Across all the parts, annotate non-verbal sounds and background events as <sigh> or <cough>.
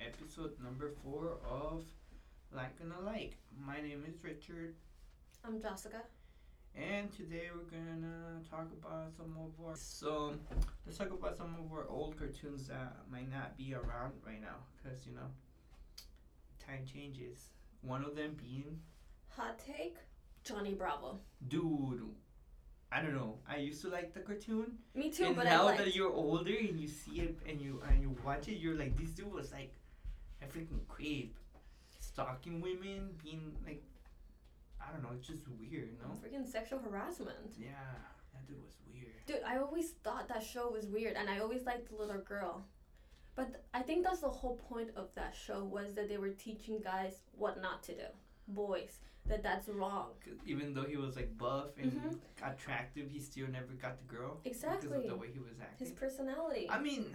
episode number four of Like and Alike. My name is Richard, I'm Jessica. and today we're gonna talk about some of our. So, let's talk about some of our old cartoons that might not be around right now, because you know, time changes. One of them being, Hot take Johnny Bravo. dude, I don't know. I used to like the cartoon, Me too, and but I now like. that you're older and you see it and you and you watch it, you're like, this dude was like a freaking creep, stalking women, being like, I don't know, it's just weird, no? Freaking sexual harassment. Yeah, that dude was weird. Dude, I always thought that show was weird and I always liked the little girl. But th- I think that's the whole point of that show was that they were teaching guys what not to do. Boys, that that's wrong. 'Cause even though he was like buff and Mhm. attractive, he still never got the girl because of Exactly. the way he was acting. His personality. I mean,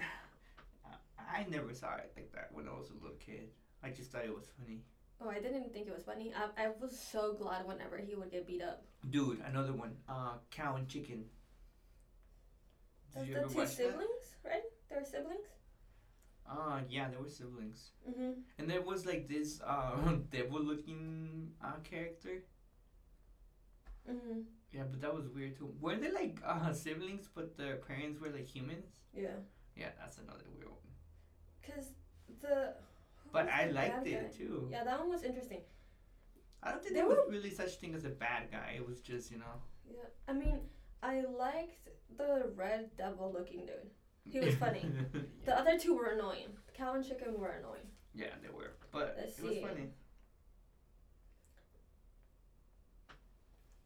I- I never saw it like that when I was a little kid. I just thought it was funny. oh, I didn't think it was funny. I, I was so glad whenever he would get beat up. Dude, another one. Uh, cow and chicken. Did That's you the ever two watch that? siblings, right? They were siblings? Uh, yeah, they were siblings. Mm-hmm. And there was like this uh, <laughs> devil looking uh, character. Mm-hmm. Yeah, but that was weird too. Were they like uh, <laughs> siblings, but their parents were like humans? Yeah. Yeah, that's another weird one. Because the. who But was I the liked bad it guy? too. Yeah, that one was interesting. I don't think They there was were- really such thing as a bad guy. It was just, you know. Yeah, I mean, I liked the red devil looking dude. He was <laughs> funny. yeah. The other two were annoying. Cow and chicken were annoying. Yeah, they were. But Let's it was see. funny.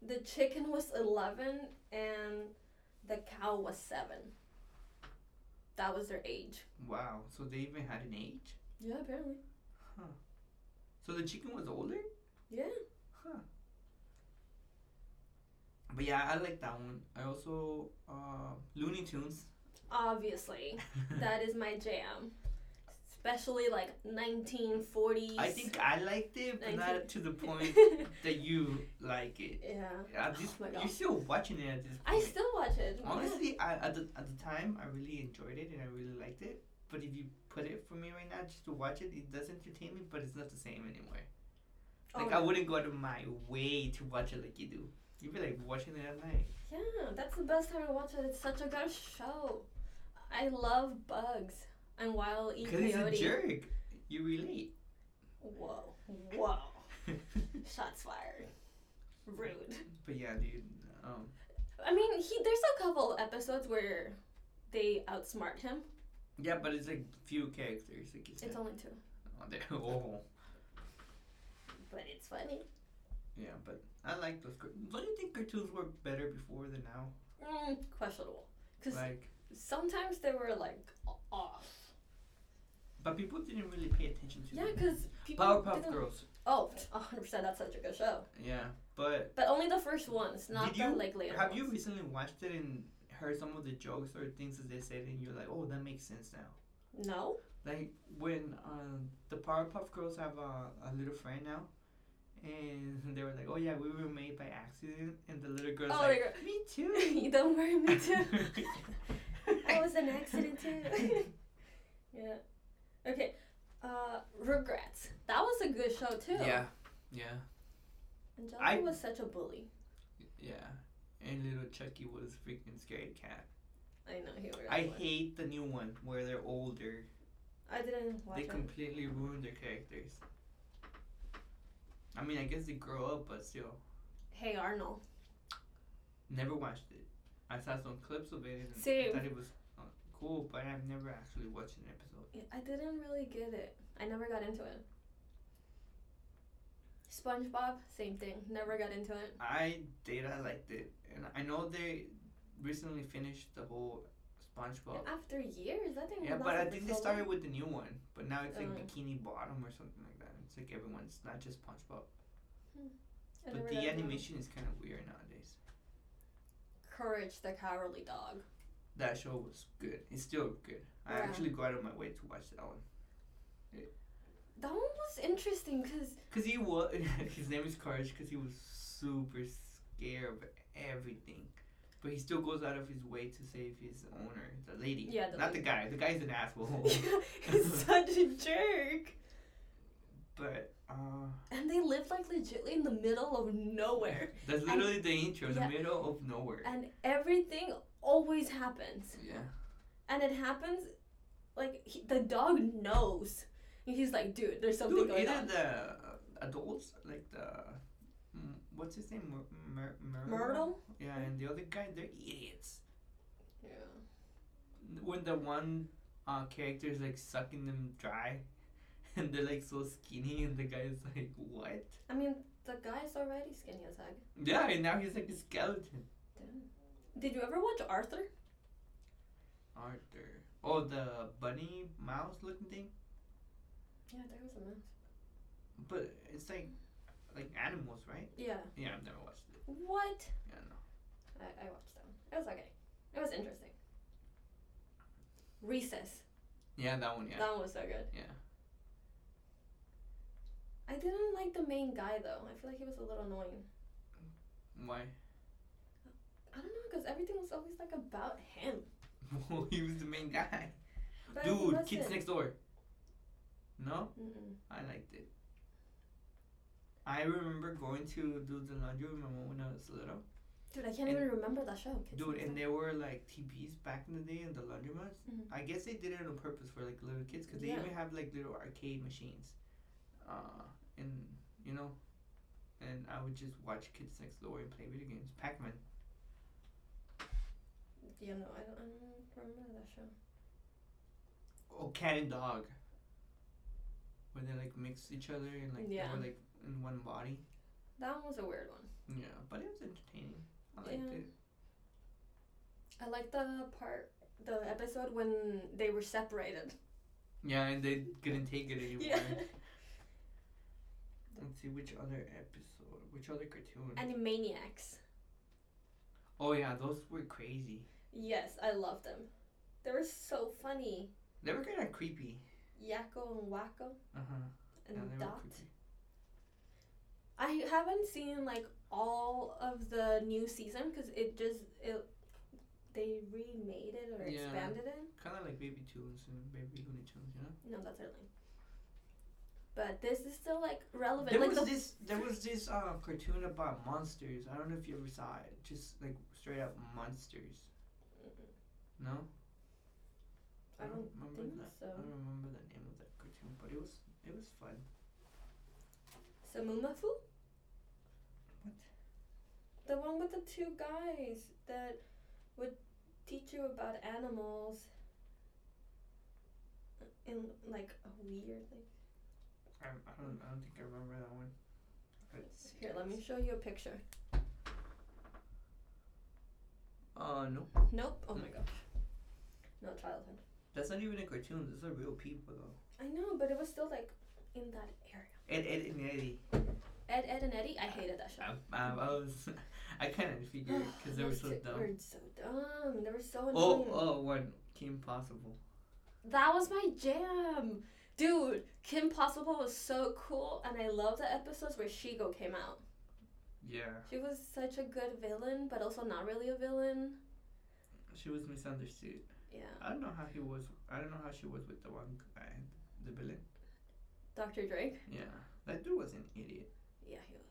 The chicken was eleven and the cow was seven. That was their age. Wow. So they even had an age? Yeah, apparently. So the chicken was older? Yeah. Huh. But yeah, I like that one. I also uh, Looney Tunes. Obviously, that is my jam. Especially like 1940s. I <laughs> think I liked it, but not Nineteen- <laughs> to the point that you like it. yeah. At this, Oh my God. you're still watching it at this I point. still watch it. Yeah. Honestly, I, at, the, at the time, I really enjoyed it and I really liked it. But if you put it for me right now just to watch it, it does entertain me, but it's not the same anymore. Like, Oh, I wouldn't go out of my way to watch it like you do. You'd be like watching it at night. Yeah, that's the best time to watch it. It's such a good show. I love bugs and wild E. Because he's a Coyote. jerk. You relate. Whoa, <laughs> whoa! Shots fired. Rude. But yeah, dude. Um, I mean, he. There's a couple episodes where they outsmart him. yeah, but it's like few characters. Like you said. It's only two, Oh, there- oh. but it's funny. Yeah, but I like those. Car- Don't you think cartoons were better before than now? Mm, questionable, because Like, sometimes they were like o- off. but people didn't really pay attention to Yeah, them. because people. Powerpuff didn't- Girls. Oh, 100 percent. That's such a good show. Yeah, but But only the first ones, not did you the like later. have you ones. recently watched it and heard some of the jokes or things that they said and you're like, oh, that makes sense now. No. Like when uh, the Powerpuff Girls have a, a little friend now, and <laughs> they were like, "Oh yeah, we were made by accident," and the little girl's Oh, like, they "Me <laughs> You too." Don't worry, me <laughs> too. <laughs> I was an accident too. <laughs> yeah. Okay. Uh, Regrets. That was a good show too. yeah, yeah, Angelica I- was such a bully. yeah. And little Chucky was freaking scared cat. I know he really I was. hate the new one where they're older. I didn't watch They it. completely ruined their characters. I mean, I guess they grow up, but still, hey Arnold. never watched it. I saw some clips of it and I Same. thought it was uh, cool, but I've never actually watched an episode. Yeah, I didn't really get it. I never got into it. SpongeBob, same thing. Never got into it. I did. I liked it, and I know they recently finished the whole SpongeBob. After years, I think. Yeah, but I think they started with the new one, but now it's like Oh. Bikini Bottom or something like that. It's like everyone's not just SpongeBob, but with the animation is kind of weird nowadays. Courage the Cowardly Dog. That show was good. It's still good. I Yeah. actually go out of my way to watch that one That one was interesting because because he was <laughs> his name is Courage because he was super scared of everything. But he still goes out of his way to save his owner, the lady. Yeah, the not lady. <laughs> the guy. The guy's an asshole. he's such a jerk. but uh, And they live like legitly in the middle of nowhere. that's literally the intro, yeah. the middle of nowhere. And everything always happens. yeah. And it happens like he, the dog knows. And he's like, dude, there's something Dude, going either on. the uh, adults, like the mm, what's his name, Myr- Myr- Myrtle? Myrtle? Yeah, and the other guy, they're idiots. Yeah. When the one uh, character is like sucking them dry, <laughs> and they're like so skinny, and the guy is like, what? I mean, the guy's already skinny as heck. Yeah, and now he's like a skeleton. Damn. Did you ever watch Arthur? Arthur. Oh, the bunny mouse looking thing. Yeah, there was a mouse. But it's like, like animals, right? Yeah. Yeah, I've never watched it. What? Yeah, no. I, I watched that one. It was okay. It was interesting. Recess. Yeah, that one. Yeah. That one was so good. Yeah. I didn't like the main guy though. I feel like he was a little annoying. Why? <laughs> I don't know because everything was always like about him. he was the main guy. But he Dude, Kids wasn't. Next Door. No, Mm-mm. I liked it. I remember going to do the laundry with my mom when I was little. Dude, I can't even remember that show. Kids Dude, Next and Door. there were like TVs back in the day in the laundromats. Mhm. I guess they did it on purpose for like little kids because Yeah. they even have like little arcade machines. Uh, and you know, and I would just watch Kids Next Door and play video games. Pac Man. yeah, no, I don't, I don't remember that show. Oh, cat and dog. Where they like mixed each other and like Yeah. they were like in one body. That one was a weird one. Yeah, but it was entertaining. I liked Yeah. it. I like the part, the episode when they were separated. Yeah, and they couldn't take it anymore. <laughs> Yeah. Let's see which other episode, which other cartoon. Animaniacs. oh yeah, those were crazy. Yes, I love them. They were so funny. They were kind of creepy. Yakko and Wacko Uh huh. and yeah, they were Dot. creepy. I haven't seen like all of the new season because it just it they remade it or Yeah. expanded it. Kind of like Baby Tunes and Baby Looney Tunes, you know. No, that's our lane. But this is still like relevant. There like was the this, there was this uh, cartoon about monsters. I don't know if you ever saw it. Just like straight up monsters. No. I don't remember think that. so. I don't remember the name of that cartoon, but it was it was fun. Samumafu. What? The one with the two guys that would teach you about animals in like a weird like I, I don't I don't think I remember that one. Let's see. Here, let me show you a picture. Uh no, Nope. Oh my gosh. No childhood. that's not even a cartoon. Those are real people though. I know, but it was still like in that area. Ed, Ed, and Eddie. Ed, Ed, and Ah, Eddie. I hated that show. <sighs> I, I, I was, <laughs> I kind of figured because they were Those so two dumb. were so dumb. They were so annoying. Oh, oh, one Kim Possible. That was my jam. Dude, Kim Possible was so cool, and I love the episodes where Shigo came out. Yeah, She was such a good villain, but also not really a villain. she was misunderstood. Yeah. I don't know how he was. I don't know how she was with the one guy, the villain. Dr. Drake. Yeah, that dude was an idiot. Yeah, he was.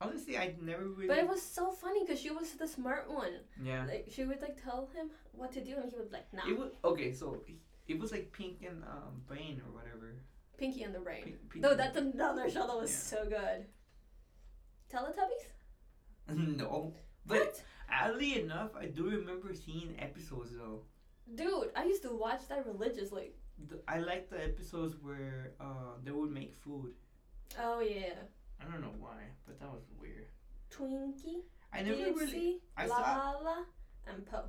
Honestly, I never really. But it was so funny because she was the smart one. yeah. Like, she would, like, tell him what to do, and he would, like, nah. It was okay. So he- it was like Pink and um, Brain or whatever. Pinky and the Brain. Pink, Pink No, and- that's another show that was so good. Teletubbies? <laughs> no. But oddly enough, I do remember seeing episodes though. Dude, I used to watch that religiously. Th- I like the episodes where uh, they would make food. Oh, yeah. I don't know why, but that was weird. Twinkie, I never really. Dipsy, I La La La, and Poe.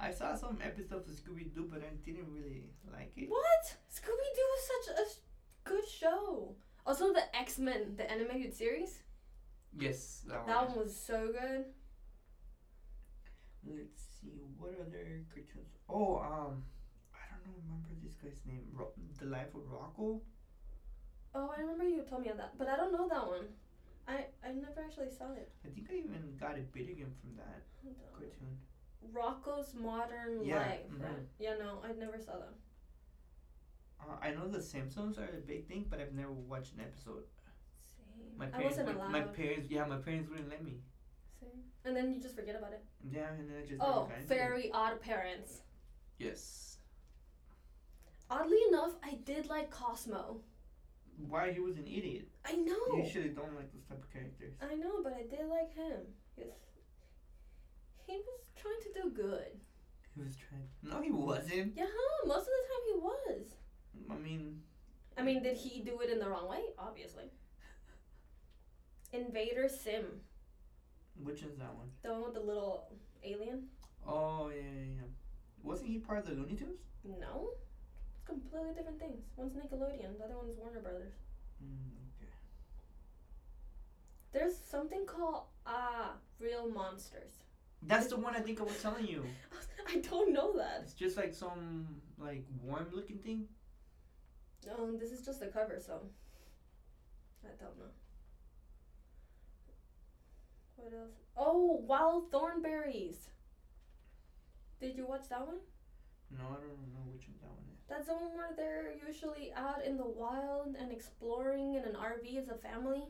I saw some episodes of Scooby Doo, but I didn't really like it. What? Scooby Doo was such a s- good show. Also, the X Men, the animated series, Yes, that, that one. one was so good. Let's see what other cartoons. Oh, um, I don't know. Remember this guy's name? Ro- the Life of Rocco. Oh, I remember you told me of that, but I don't know that one. I I never actually saw it. I think I even got a video game from that Hold on. cartoon. Rocco's Modern Yeah, Life. mhm. Right? Yeah, no, I never saw that. Uh, I know The Simpsons are a big thing, but I've never watched an episode. Same. My I parents, wasn't would, allowed. my parents, yeah, my parents wouldn't let me. Same. And then you just forget about it. Yeah, and then I just never Oh, got into it. very odd parents. Yes. Oddly enough, I did like Cosmo. Why he was an idiot? I know. You usually don't like those type of characters. I know, but I did like him. He was, he was trying to do good. He was trying. No, he wasn't. Yeah, huh? most of the time he was. I mean, I mean, did he do it in the wrong way? Obviously. Invader Sim, which is that one? the one with the little alien. Oh yeah, yeah, yeah. Wasn't he part of the Looney Tunes? No, it's completely different things. One's Nickelodeon, the other one's Warner Brothers. Mm, okay. There's something called ah real monsters. That's the one I think I was telling you. <laughs> I don't know that. It's just like some like worm looking thing. Um, this is just the cover, so I don't know. What else? Oh, Wild Thornberries. Did you watch that one? No, I don't know which one that one is. That's the one where they're usually out in the wild and exploring in an RV as a family.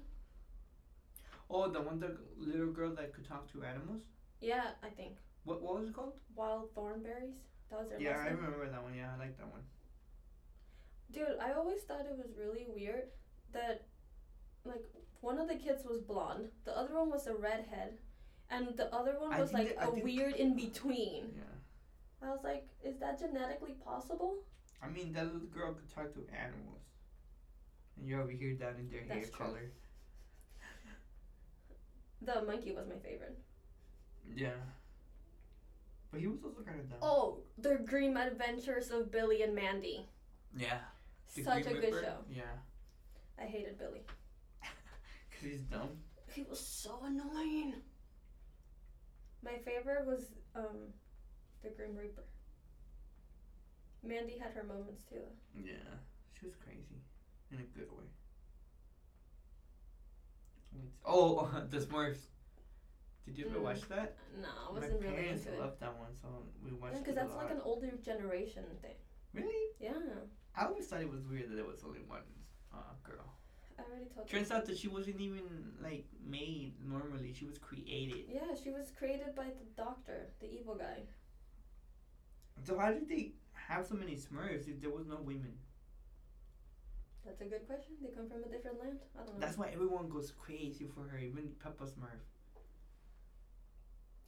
Oh, the one the little girl that could talk to animals. Yeah, I think What what was it called? Wild Thornberries. That was their Yeah, last I name. remember that one. Yeah, I like that one. Dude, I always thought it was really weird that, like, one of the kids was blonde, the other one was a redhead, and the other one I was think like that- I a think- weird in between. Yeah. I was like, is that genetically possible? I mean, that little girl could talk to animals. And you're over here down in their hair That's true. color. The monkey was my favorite. Yeah. But he was also kind of dumb. Oh, The Grim Adventures of Billy and Mandy. Yeah. The Such Green a good Reaper? show. Yeah. I hated Billy. Because he's dumb. He was so annoying. My favorite was um, The Grim Reaper. Mandy had her moments too. Yeah. She was crazy. In a good way. Wait, Oh, <laughs> the Smurfs. Did you ever Mm. watch that? No, I wasn't My really parents into it. loved that one, so we watched Because it a that's lot. like an older generation thing. really? Yeah, I always thought it was weird that there was only one uh, girl. I already told you. Turns out that she wasn't even like made normally. She was created. Yeah, she was created by the doctor, the evil guy. So how did they have so many Smurfs if there was no women? That's a good question. They come from a different land. I don't know. That's why everyone goes crazy for her, even Peppa Smurf.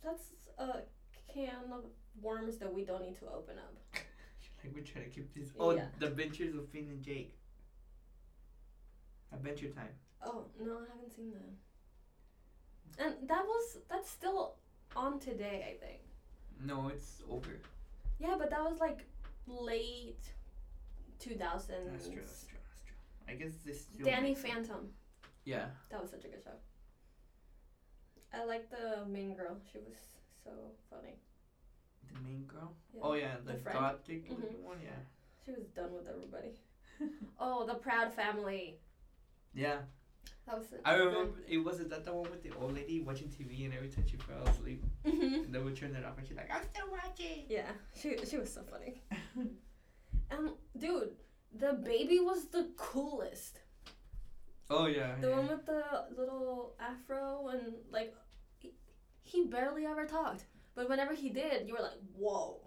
That's a can of worms that we don't need to open up. like we're trying to keep this. Oh, Yeah. the Adventures of Finn and Jake. Adventure Time. Oh no, I haven't seen that. And that was that's still on today, I think. No, it's over. Yeah, but that was like late two thousands. That's true. That's true. That's true. I guess this. still Danny makes- Phantom. Yeah. That was such a good show. I like the main girl. She was so funny. The main girl. Yeah. Oh yeah, the, The friend. gothic Mhm. looking one. Yeah. She was done with everybody. <laughs> oh, the Proud Family. yeah. That was. such I a good- remember it was it that the one with the old lady watching TV and every time she fell asleep, Mhm. and then would turn it off and she's like, I'm still watching. yeah, she she was so <laughs> funny. And dude, the baby was the coolest. oh yeah. The yeah. one with the little afro and like, he, he barely ever talked. But whenever he did, you were like, whoa.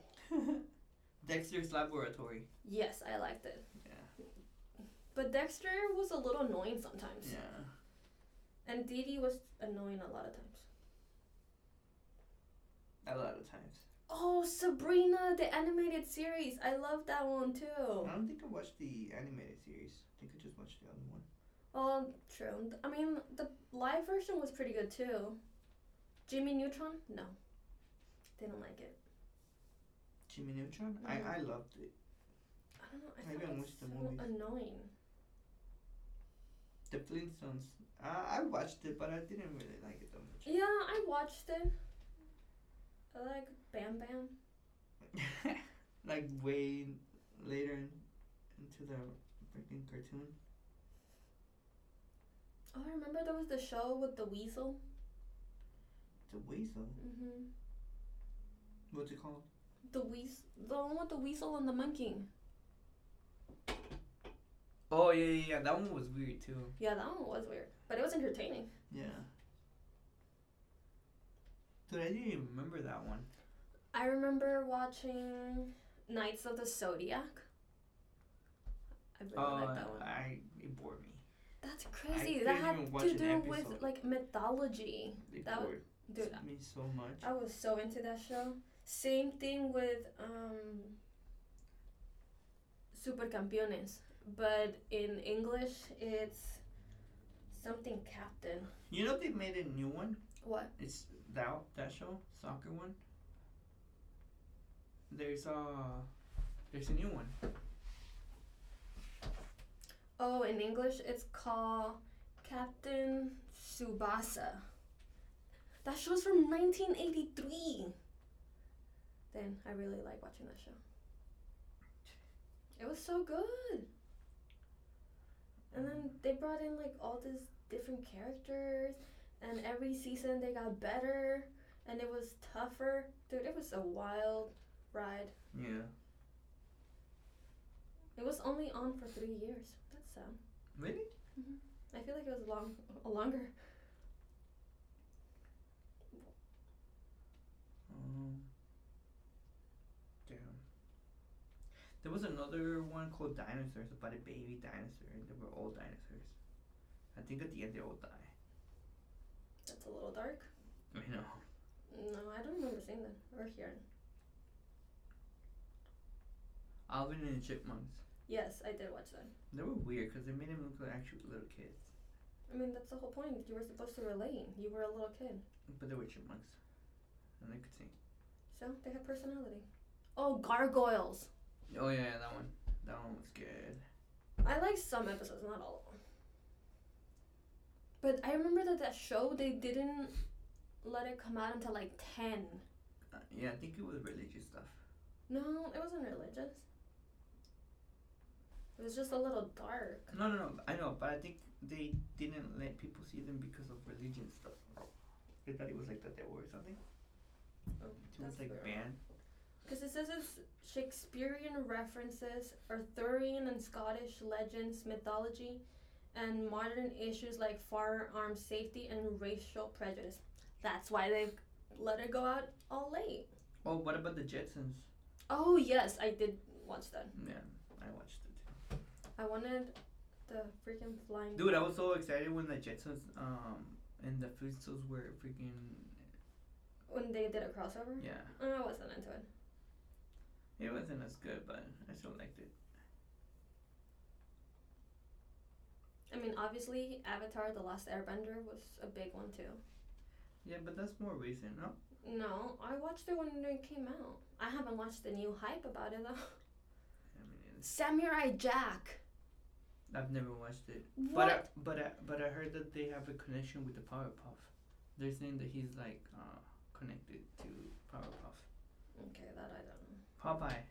Dexter's Laboratory. Yes, I liked it. Yeah. But Dexter was a little annoying sometimes. Yeah. And Dee Dee was annoying a lot of times. A lot of times. Oh, Sabrina, the animated series. I love that one too. I don't think I watched the animated series. I think I just watched the other one. Oh, true. I mean, the live version was pretty good too. Jimmy Neutron? No. Didn't like it. Jimmy Neutron. Mhm. I, I loved it. I don't know. I I didn't found it watch the movies. so annoying. The Flintstones. I, I watched it, but I didn't really like it that much. Yeah, I watched it. I like Bam Bam. <laughs> like way later in, into the freaking cartoon. Oh, I remember there was the show with the weasel. The Weasel. hmm What's it called? The weasel. The one with the weasel and the monkey. Oh yeah, yeah, yeah. That one was weird too. Yeah, that one was weird, but it was entertaining. Yeah. Dude, I didn't even remember that one. I remember watching Knights of the Zodiac. I really Oh, like that one. I it bored me. That's crazy. I that couldn't even had watch to an do with episode. like mythology, It That bored dude. me so much. I was so into that show. Same thing with um, Super Campeones, but in English it's something captain. You know they made a new one. What? It's that that show soccer one. There's uh there's a new one. Oh, in English it's called Captain Subasa. That show's from 1983. Then I really like watching that show. It was so good. And then they brought in like all these different characters, and every season they got better, and it was tougher. Dude, it was a wild ride. Yeah. It was only on for three years. That's sad. Really? I feel like it was long, longer. Um, damn. There was another one called Dinosaurs about a baby dinosaur, and they were all dinosaurs. I think at the end they all die. That's a little dark. I know. No, I don't remember seeing that or hearing. Alvin and the Chipmunks. Yes, I did watch that. They were weird because they made them look like actual little kids, I mean, that's the whole point. You were supposed to relate. You were a little kid, but they were chipmunks, and they could sing. so they had personality. Oh, gargoyles! Oh yeah, yeah, that one. That one was good. I like some episodes, not all of them. But I remember that that show they didn't let it come out until like ten. Uh, yeah, I think it was religious stuff. No, it wasn't religious. It was just a little dark. No, no, no. I know, but I think they didn't let people see them because of religion stuff. They thought it was like that they were or something. Oh, It was that's like weird. banned. Because it says it's Shakespearean references, Arthurian and Scottish legends, mythology, and modern issues like firearm safety and racial prejudice. That's why they let it go out all late. Oh, what about the Jetsons? Oh, yes, I did watch that. Yeah, I watched it. I wanted the freaking flying. Dude, I was so excited when the Jetsons um and the Flintstones were freaking When they did a crossover? Uh, yeah. I wasn't into it. It wasn't as good, but I still liked it. I mean, obviously, Avatar The Last Airbender was a big one too. Yeah, but that's more recent, no? No, I watched it when it came out. I haven't watched the new hype about it though. I mean, it's, Samurai Jack. uh, I've never watched it. But I, What? but I, but I heard that they have a connection with the Powerpuff. They're saying that he's like uh connected to Powerpuff. Okay, that I don't know. Popeye.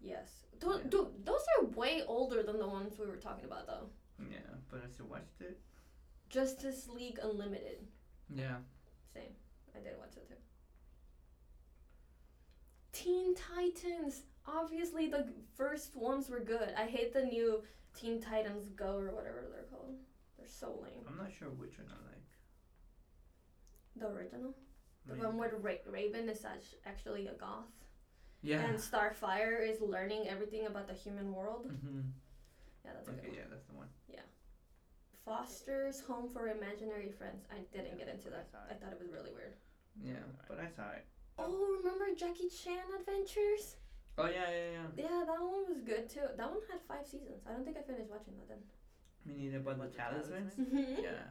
Yes. Those, Yeah. dude, those are way older than the ones we were talking about, though. Yeah, but I still watched it. Justice League Unlimited. Yeah. Same. I did watch it too. Teen Titans. Obviously, the first ones were good. I hate the new Teen Titans Go or whatever they're called. They're so lame. I'm not sure which one I like. The original. The Maybe- one where Ra- Raven is act- actually a goth. Yeah. And Starfire is learning everything about the human world. Mhm. Yeah, that's a good Okay, one. yeah, that's the one. Foster's Home for Imaginary Friends. I didn't Yeah, get into that. that's alright. I thought it was really weird. Yeah, but I saw it. Oh, remember Jackie Chan Adventures? Oh yeah, yeah, yeah. Yeah, that one was good too. That one had five seasons. I don't think I finished watching that Me neither, but the talismans? then. Yeah.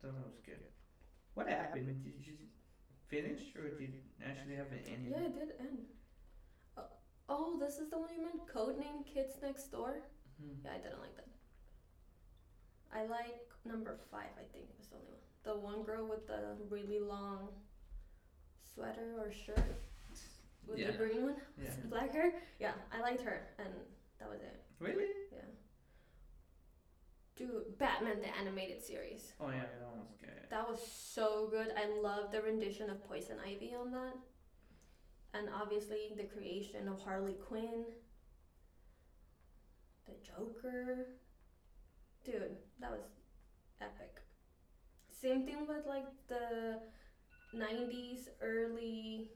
That one was good. What happened? Did you just finish or did you actually have an ending? yeah, it did end. Uh, oh, this is the one you meant? Codename Kids Next Door? Mhm. Yeah, I didn't like that. I like number five, I think was the only one. The one girl with the really long sweater or shirt with Yeah. the green one. <laughs> Yeah. Black hair? Yeah, I liked her, and that was it. Really? Dude, Batman the animated series. Oh yeah, that one was good. That was so good. I love the rendition of Poison Ivy on that. And obviously the creation of Harley Quinn. The Joker. Dude, that was epic. Same thing with like the 90s, early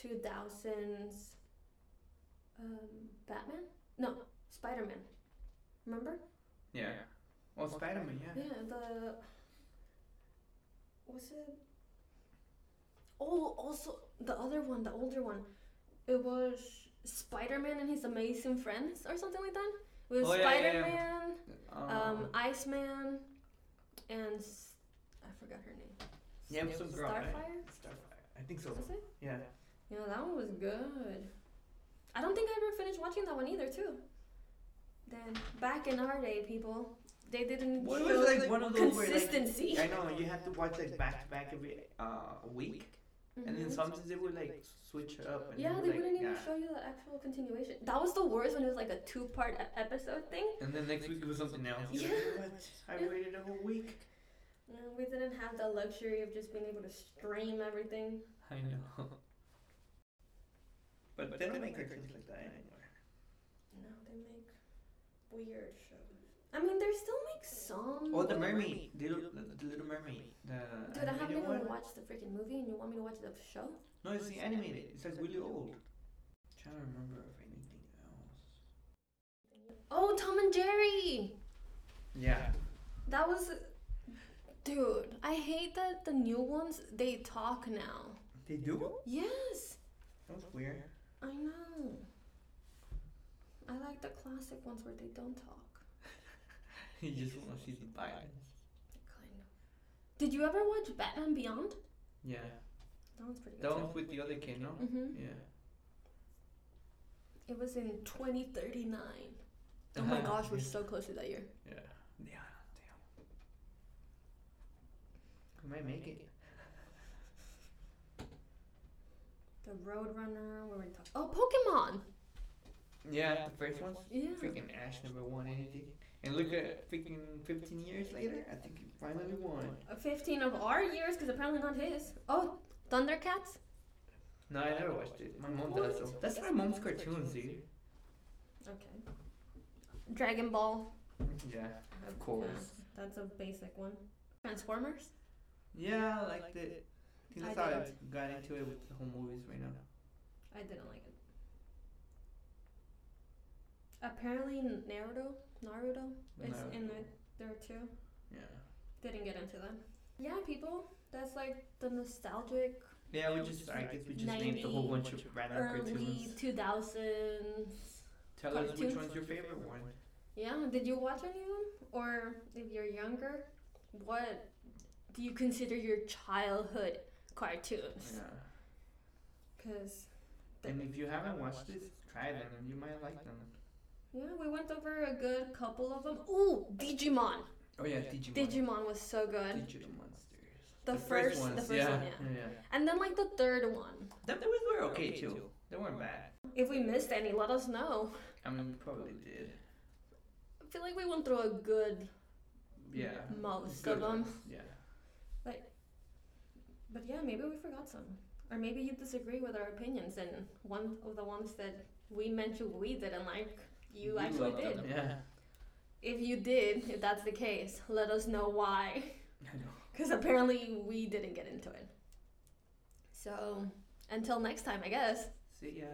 2000s um, Batman? No, Spider Man. Remember? Yeah. Well, Spider Man, yeah. Yeah, the. Was it? Oh, also the other one, the older one. It was Spider Man and his amazing friends, or something like that. With Oh, yeah, yeah, yeah. Spider Man, Um, um, Iceman, and s- I forgot her name. yeah, it was some girl. right? Starfire? Starfire. I think so. Was it? Yeah. Yeah, that one was good. I don't think I ever finished watching that one either, too. Then back in our day, people, they didn't Well, it show was like the one of those where like consistency. I know you had to watch like back to back every uh week, and then Mhm. sometimes they would like switch up. And yeah, would, they like, wouldn't even yeah. show you the actual continuation. That was the worst when it was like a two-part e- episode thing. And then next week it was something else. Yeah. What? I Yeah. waited a whole week. Uh, We didn't have the luxury of just being able to stream everything. I know. <laughs> but they don't make cartoons like that anymore. No, they make weird shows. I mean, they still make some. Oh, the but- mermaid, the little, the little mermaid. The Dude, I haven't animated even one. watched the freaking movie, and you want me to watch the show? No, it's the animated. It's like really old. trying to remember of anything else. Oh, Tom and Jerry. Yeah. That was, dude. I hate that the new ones they talk now. They do? Yes. That's weird. I know. I like the classic ones where they don't talk. <laughs> you just want to see the violence. Kind of. Did you ever watch Batman Beyond? Yeah. That one's pretty good. That one's with the other kid, no? hmm Yeah. It was in 2039. <laughs> Oh my gosh, we're so close to that year. Yeah. Yeah. Damn. We might make it. The Roadrunner, what were we talking? Oh, Pokemon. Yeah, the first one's Yeah. Freaking Ash never won anything. And look at freaking 15 years later, I think he finally won. Uh, 15 of our years, because apparently not his. Oh, Thundercats. No, I never watched it. My mom does, though. That's my mom's cartoons, dude. Okay. Dragon Ball. Yeah, of course. That's a basic one. Transformers. Yeah, I liked it. I think I that's how I didn't. got into it with the whole movies right now. I didn't like it. Apparently Naruto, Naruto is Naruto. in it there too. Yeah. Didn't get into that. Yeah, people, that's like the nostalgic Yeah, we just, I guess we just named a whole 90 bunch of random early cartoons. two thousands. Tell us which cartoons. one's your favorite one. Yeah, did you watch any of them? Or if you're younger, what do you consider your childhood cartoons? Yeah. Because And if you haven't watched this, try them. You might like them. yeah, we went over a good couple of them. Ooh, Digimon. Oh, yeah, Digimon. Digimon was so good. Digital Monsters. The, first, the first yeah. one, yeah. yeah. And then like the third one. Them movies were okay, too. They weren't bad. If we missed any, let us know. I mean, we probably did. I feel like we went through a good Yeah. most Good of them. ones, Yeah. But yeah, maybe we forgot some. Or maybe you disagree with our opinions and one of the ones that we mentioned we didn't like, you We actually loved did. them, Yeah. If you did, if that's the case, let us know why. <laughs> <laughs> I know. Because apparently we didn't get into it. So until next time, I guess. See ya.